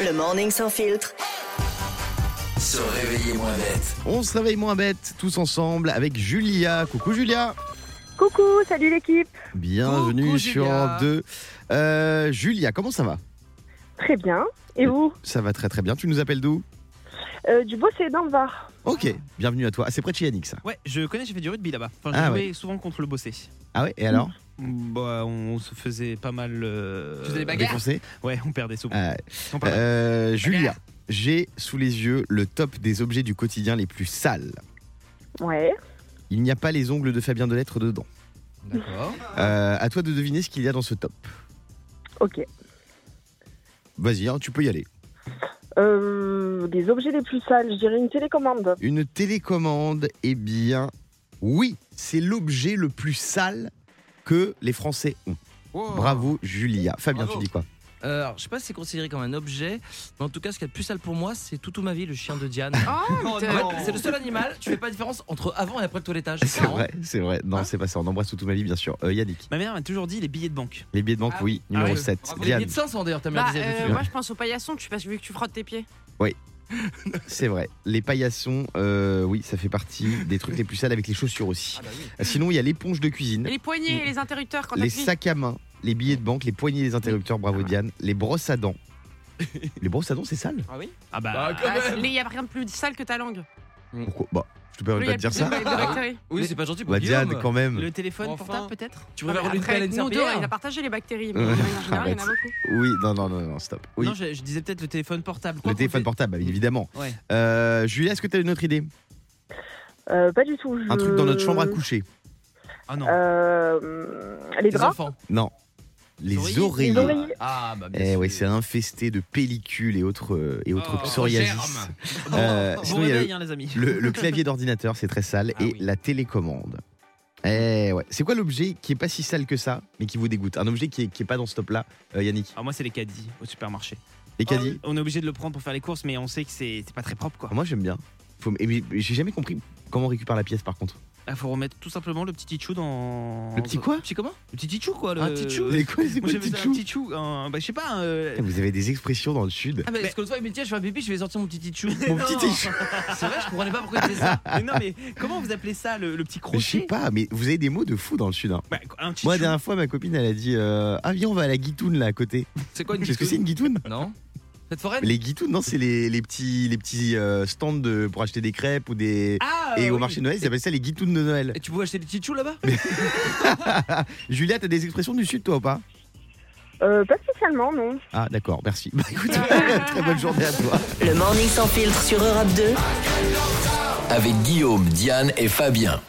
Le morning sans filtre. Se réveiller moins bête. On se réveille moins bête tous ensemble avec Julia. Coucou Julia. Coucou, salut l'équipe. Bienvenue Coucou, sur Julia. Europe 2. Euh, Julia, comment ça va Très bien. Et vous Ça va très très bien. Tu nous appelles d'où Euh, Du beau, c'est dans le Var. Ok, bienvenue à toi. Ah, c'est près de chez Yannick ça. Ouais, je connais, j'ai fait du rugby là-bas. Enfin, j'ai Ah joué souvent contre le bossé. Ah ouais, et alors Bah, on, on se faisait pas mal. euh, Tu faisais des bagarres Défoncé Ouais, on perdait souvent. Euh, On perdait. euh, Julia, j'ai sous les yeux le top des objets du quotidien les plus sales. Ouais. Il n'y a pas les ongles de Fabien Delettre dedans. D'accord. Euh, à toi de deviner ce qu'il y a dans ce top. Ok. Vas-y, hein, tu peux y aller. Euh, des objets les plus sales, je dirais une télécommande. Une télécommande, eh bien, oui, c'est l'objet le plus sale que les Français ont. Wow. Bravo, Julia. Fabien, Bravo. tu dis quoi Euh, alors, je sais pas si c'est considéré comme un objet, mais en tout cas, ce qu'il y a de plus sale pour moi, c'est Toutou ma vie, le chien de Diane. Oh, En fait, non. c'est le seul animal, tu fais pas la différence entre avant et après le toilettage. C'est vrai, c'est vrai. Non, Ah. c'est pas ça. On embrasse toute ma vie, bien sûr. Euh, Yannick, Ma mère m'a toujours dit les billets de banque. les billets de banque, Ah oui, numéro oui. 7. Bravo. Il Diane, est de 500 d'ailleurs, ta mère Bah, disait. euh, d'habitude. moi je pense aux paillasson, tu passes vu que tu frottes tes pieds. c'est vrai. Les paillassons, euh, oui, ça fait partie des trucs les plus sales avec les chaussures aussi. Ah Euh, bah oui. Sinon, il y a l'éponge de cuisine, Et les poignets et les interrupteurs quand Mm. les t'appuies. sacs à main, les billets de banque, les poignées des interrupteurs, bravo Ah. Diane, les brosses à dents. les brosses à dents, c'est sale Ah oui Ah bah. Bah, Ah, quand c'est- même. Il y a rien de plus sale que ta langue. Mm. Pourquoi Bah, je te permets Plus il pas y a de dire de- ça. de- de bactéries. Ah Oui, c'est pas gentil pour Bah, Guillaume. Diane, quand même. Le téléphone Enfin. portable peut-être Tu préfères Après, une pelle à une nous deux, serpillière il a partagé les bactéries, mais Ouais. en général, il y en a Arrête. beaucoup. Oui, non, non, non, non, stop. Oui, Non, je, je disais peut-être le téléphone portable. Quoi le qu'on téléphone fait- portable, évidemment. Ouais. Euh, Julia, est-ce que tu as une autre idée Euh, pas du tout. Un je- truc dans notre chambre à Euh, coucher Ah non. Euh, Les les draps. enfants. Non. Les Les oreillers. Les oreillers. Ah bah bien Eh sûr. oui, c'est infesté de pellicules et autres, euh, et autres Oh, psoriasis. germe. Euh, Bon sinon, il y a réveil, hein, les amis. le, le- le clavier d'ordinateur, c'est très sale, Ah et oui. la télécommande. Eh ouais. C'est quoi l'objet qui est pas si sale que ça, mais qui vous dégoûte Un objet qui est, qui est pas dans ce top-là, euh, Yannick Ah, moi, c'est les caddies au supermarché. Les caddies On est obligé de le prendre pour faire les courses, mais on sait que c'est c'est pas très propre quoi. Ah, Moi, j'aime bien. Faut- et mais J'ai jamais compris comment on récupère la pièce, par contre. Il faut remettre tout simplement le petit tichou dans. Le petit quoi Petit comment Le petit tichou quoi. Le... Un tichou C'est quoi, c'est Euh, Moi quoi le j'avais ça, petit un chou petit chou. un- bah, je sais pas. euh, Vous avez des expressions dans le sud. Ah bah Mais- parce que l'autre fois il me dit tiens je fais un pipi je vais sortir mon petit tichou. Mon petit tichou. C'est vrai je comprenais pas pourquoi il disait ça. mais non, mais comment vous appelez ça, le, le petit Mais Je sais crochet pas, mais vous avez des mots de fou dans le sud. hein. Bah, Un petit Moi, la chou. dernière fois, ma copine, elle a dit euh, Ah, viens, on va à la guitoune là à côté. C'est quoi une Qu'est-ce que c'est tichou une guitoune Non. Cette foraine Les guitounes, non, c'est les, les petits, les petits euh, stands de- pour acheter des crêpes ou des. Ah et au oui. marché de Noël, ils appellent ça les guitounes de Noël. Et tu pouvais acheter des tichous là-bas Julia, t'as des expressions du Sud, toi ou pas Euh, pas spécialement, non. Ah, d'accord, merci. Bah écoute, très bonne journée à toi. Le morning sans filtre sur Europe 2. Avec Guillaume, Diane et Fabien.